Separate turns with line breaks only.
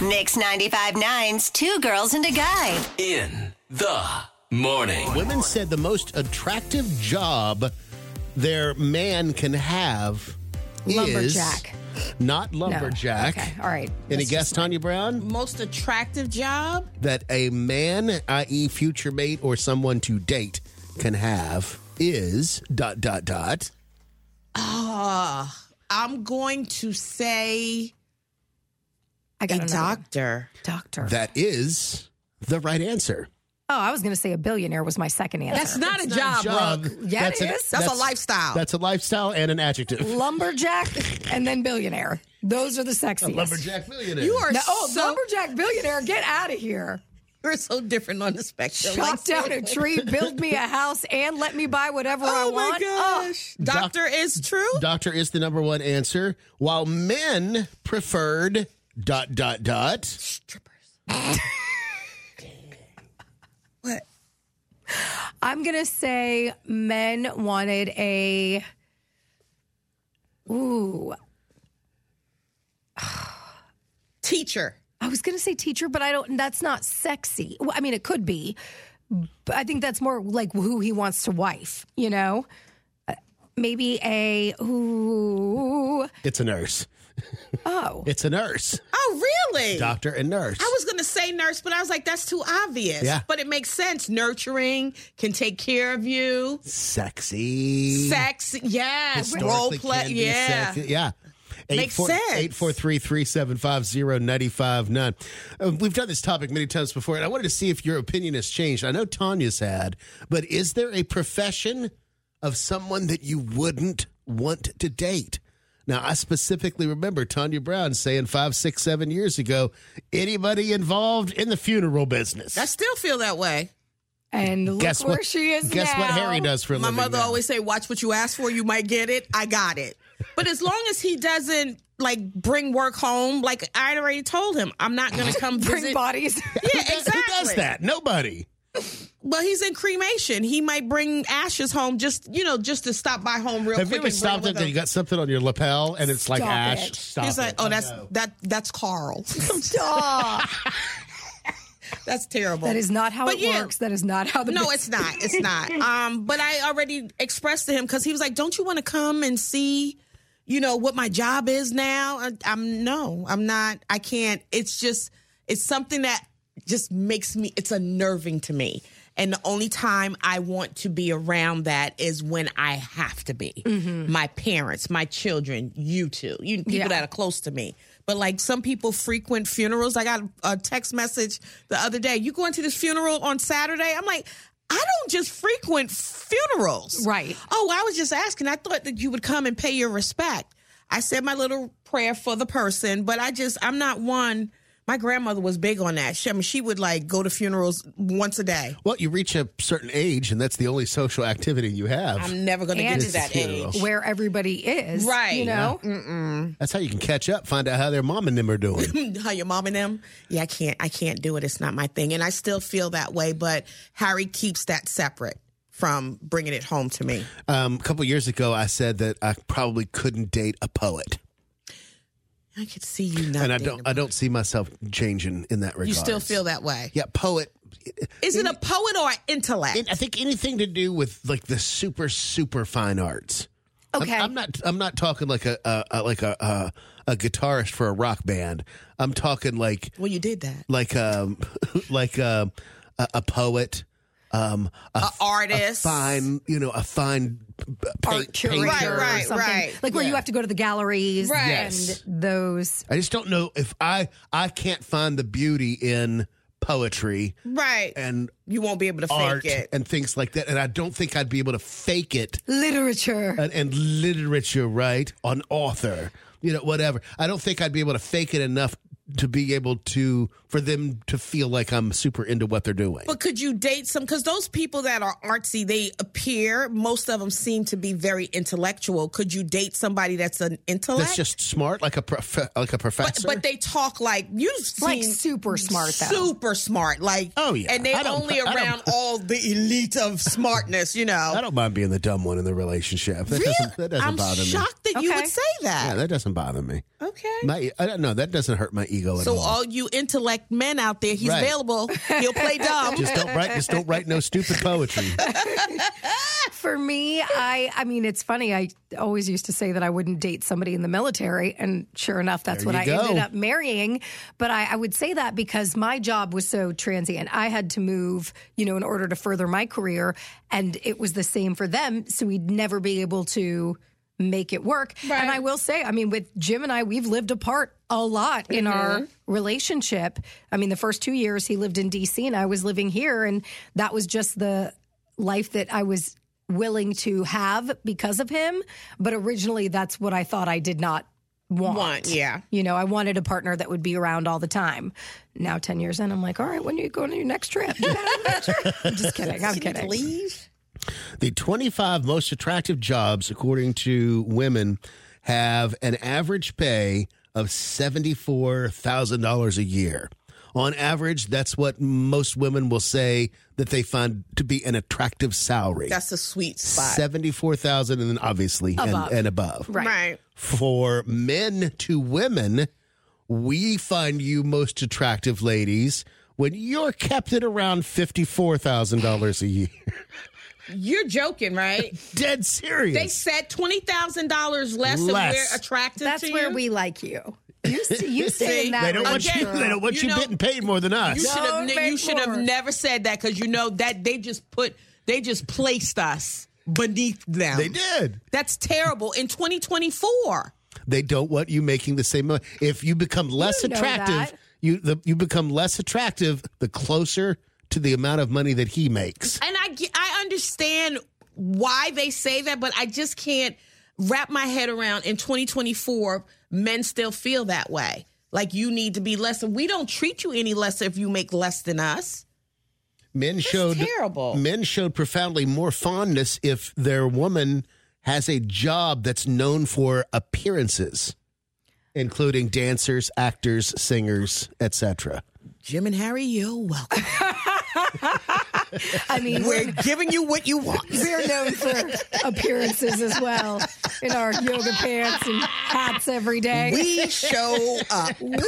Mix 95.9's Two Girls and a Guy.
In the morning.
Women said the most attractive job their man can have
Lumberjack.
is not
No.
lumberjack.
Okay. All right.
Any
That's
guess,
just-
Tanya Brown?
Most attractive job?
That a man, i.e., future mate or someone to date, can have is dot dot dot.
Uh, I'm going to say
I
a
got another one.
doctor.
Doctor.
That is the right answer.
oh, I was going to say a billionaire was my second answer.
That's not a job,
Job.
Brooke.
Yeah, it
an-
is. That's
That's, a lifestyle.
That's a lifestyle and an adjective.
lumberjack and then billionaire. Those are the sexiest.
Lumberjack millionaire.
you are
No, oh,
so
lumberjack billionaire, get out of here.
we're so different on the spectrum.
Chop
Like,
down a
seriously.
tree, build me a house, and let me buy whatever I
Oh my
want. Oh,
gosh. Doctor is true.
Doctor is the number one answer, while men preferred dot dot dot.
What?
I'm gonna say men wanted a ooh.
Teacher.
I was gonna say teacher, but I don't. That's not sexy. Well, I mean, it could be. But I think that's more like who he wants to wife. You know, Uh, maybe a ooh.
It's a nurse.
Oh,
It's a nurse.
Oh, really?
Doctor and nurse.
I was going to say nurse, but I was like, that's too obvious.
Yeah.
But it makes sense. Nurturing can take care of you.
sexy.
Sex. Yeah.
Historically
Role
can
play.
be
Yeah.
sexy. Yeah.
Makes sense.
843-375-0959. Uh, we've done this topic many times before, and I wanted to see if your opinion has changed. I know Tanya's had, but is there a profession of someone that you wouldn't want to date? Now, I specifically remember Tanya Brown saying five, six, seven years ago, anybody involved in the funeral business.
I still feel that way.
and look
guess
where
what?
she is
guess what
now.
Harry does for a
My
living.
mother
now.
always say, "Watch what you ask for. You might get it. I got it." But as long as he doesn't like bring work home, like I already told him, I'm not going to come
Bring
visit.
bodies.
Yeah,
Who does-
exactly.
Who does that? Nobody.
Well, he's in cremation. He might bring ashes home, just you know, just to stop by home real
Have you
quick.
ever
and bring
stopped
with
it that
him.
you got something on your lapel and it's like
Stop
ash?
it.
Stop
He's like,
it.
"Oh,
I
that's
know.
that. That's Carl.
Stop.
that's terrible.
that is not how
But
it
yeah.
works. That is not how the
No, it's not. It's not. Um, but I already expressed to him because he was like, "Don't you want to come and see, you know, what my job is now?" I, I'm no, I'm not. I can't. It's just, it's something that just makes me. It's unnerving to me. And the only time I want to be around that is when I have to be. My parents, my children, you two, you people
Yeah.
that are close to me. But like some people frequent funerals. I got a text message the other day. You going to this funeral on Saturday? I'm like, I don't just frequent funerals.
Right.
Oh, I was just asking. I thought that you would come and pay your respect. I said my little prayer for the person, but I just I'm not one. My grandmother was big on that. She, I mean, she would like go to funerals once a day.
Well, you reach a certain age and that's the only social activity you have.
I'm never going to
And
get to
it's
that
a funeral.
age.
where everybody is.
Right.
You know.
Mm-hmm. that's how you can catch up, find out how their mom and them are doing.
how your mom and them yeah i can't i can't do it it's not my thing and i still feel that way but harry keeps that separate from bringing it home to me
um, a couple years ago, I said that I probably couldn't date a poet,
i could see you not
and I
dating
don't.
him.
I don't see myself changing in that regard.
you still feel that way
yeah, poet.
is it a poet or an intellect
I think anything to do with like the super super fine arts. I'm-
Okay.
I'm, not. I'm not talking like a, a, a like a, a a guitarist for a rock band. I'm talking like
well you did that
like um like um a, a poet um a,
an artist
fine you know a fine p-
art
paint-
curator
painter.
Right,
or
right,
something.
right.
Like where you
Yeah.
have to go to the galleries
Right.
Yes.
and those.
i just don't know if i i can't find the beauty in poetry
right
and
you won't be able to
art
fake it
and things like that and i don't think i'd be able to fake it
Literature.
and, and literature right on author you know whatever i don't think i'd be able to fake it enough to be able to for them to feel like i'm super into what they're doing
But could you date some? Because those people that are artsy, they appear, most of them seem to be very intellectual. Could you date somebody that's an intellect?
that's just smart like a prof- like a
but,
professor
but they talk like you've seen
Like super smart, though.
super smart. Like
Oh, yeah.
and they're
I don't-
only
I don't-
around all the elite of smartness. You
I
know,
don't mind being the dumb one in the relationship. That doesn't, that doesn't
I'm
bother me.
shocked that you
Okay.
would say
Yeah,
that.
that doesn't bother me.
Okay,
My, I don't know. That doesn't hurt my ego at
So
all.
all you intellect men out there, he's
Right.
available. He'll play dumb.
just don't write. Just don't write no stupid poetry.
For me, I I mean it's funny. I always used to say that I wouldn't date somebody in the military, and sure enough, that's
There
what I
you
ended
go.
up marrying. But I, I would say that because my job was so transient. I had to move, you know, in order to further my career, and it was the same for them. So we'd never be able to make it work. And I will say, I mean, with Jim and I, we've lived apart a lot in our relationship. I mean, the first two years he lived in DC and I was living here, and that was just the life that I was willing to have because of him. But originally, that's what I thought I did not want.
Want, yeah.
You know, I wanted a partner that would be around all the time. Now, 10 years in, I'm like, all right, when are you going on your next trip? You gotta have a next trip. I'm just kidding. I'm kidding.
Leave.
The 25 most attractive jobs, according to women, have an average pay of $74,000 a year. On average, that's what most women will say that they find to be an attractive salary.
That's a sweet spot.
74,000 and then obviously and-
Above.
and above.
Right.
Right.
For men to women, we find you most attractive ladies when you're kept at around $54,000 a year.
You're joking, right?
Dead serious.
They said twenty thousand dollars less, if
Less.
we're attracted
That's
to
where
you.
we like you. You, s- you say
See?
in that
They don't
ring,
want you.
Again,
girl.
They don't want
you
you,
know-
getting paid more than us.
You should have.
Don't
Ne- you
make
should have
more.
never said that because you know that they just put. They just placed us beneath them.
They did.
That's terrible. In 2024,
They don't want you making the same. mo- If you become less
You know
attractive,
that.
you the, you become less attractive the closer to the amount of money that he makes.
and I ge- I understand why they say that, but I just can't wrap my head around. In 2024, men still feel that way. Like you need to be less, and we don't treat you any less if you make less than us.
Men showed
terrible.
Men showed profoundly more fondness if their woman has a job that's known for appearances, including dancers, actors, singers, etc.
Jim and Harry, you're welcome.
I mean,
We're giving you what you want.
We're known for appearances as well in our yoga pants and hats every day.
We show up.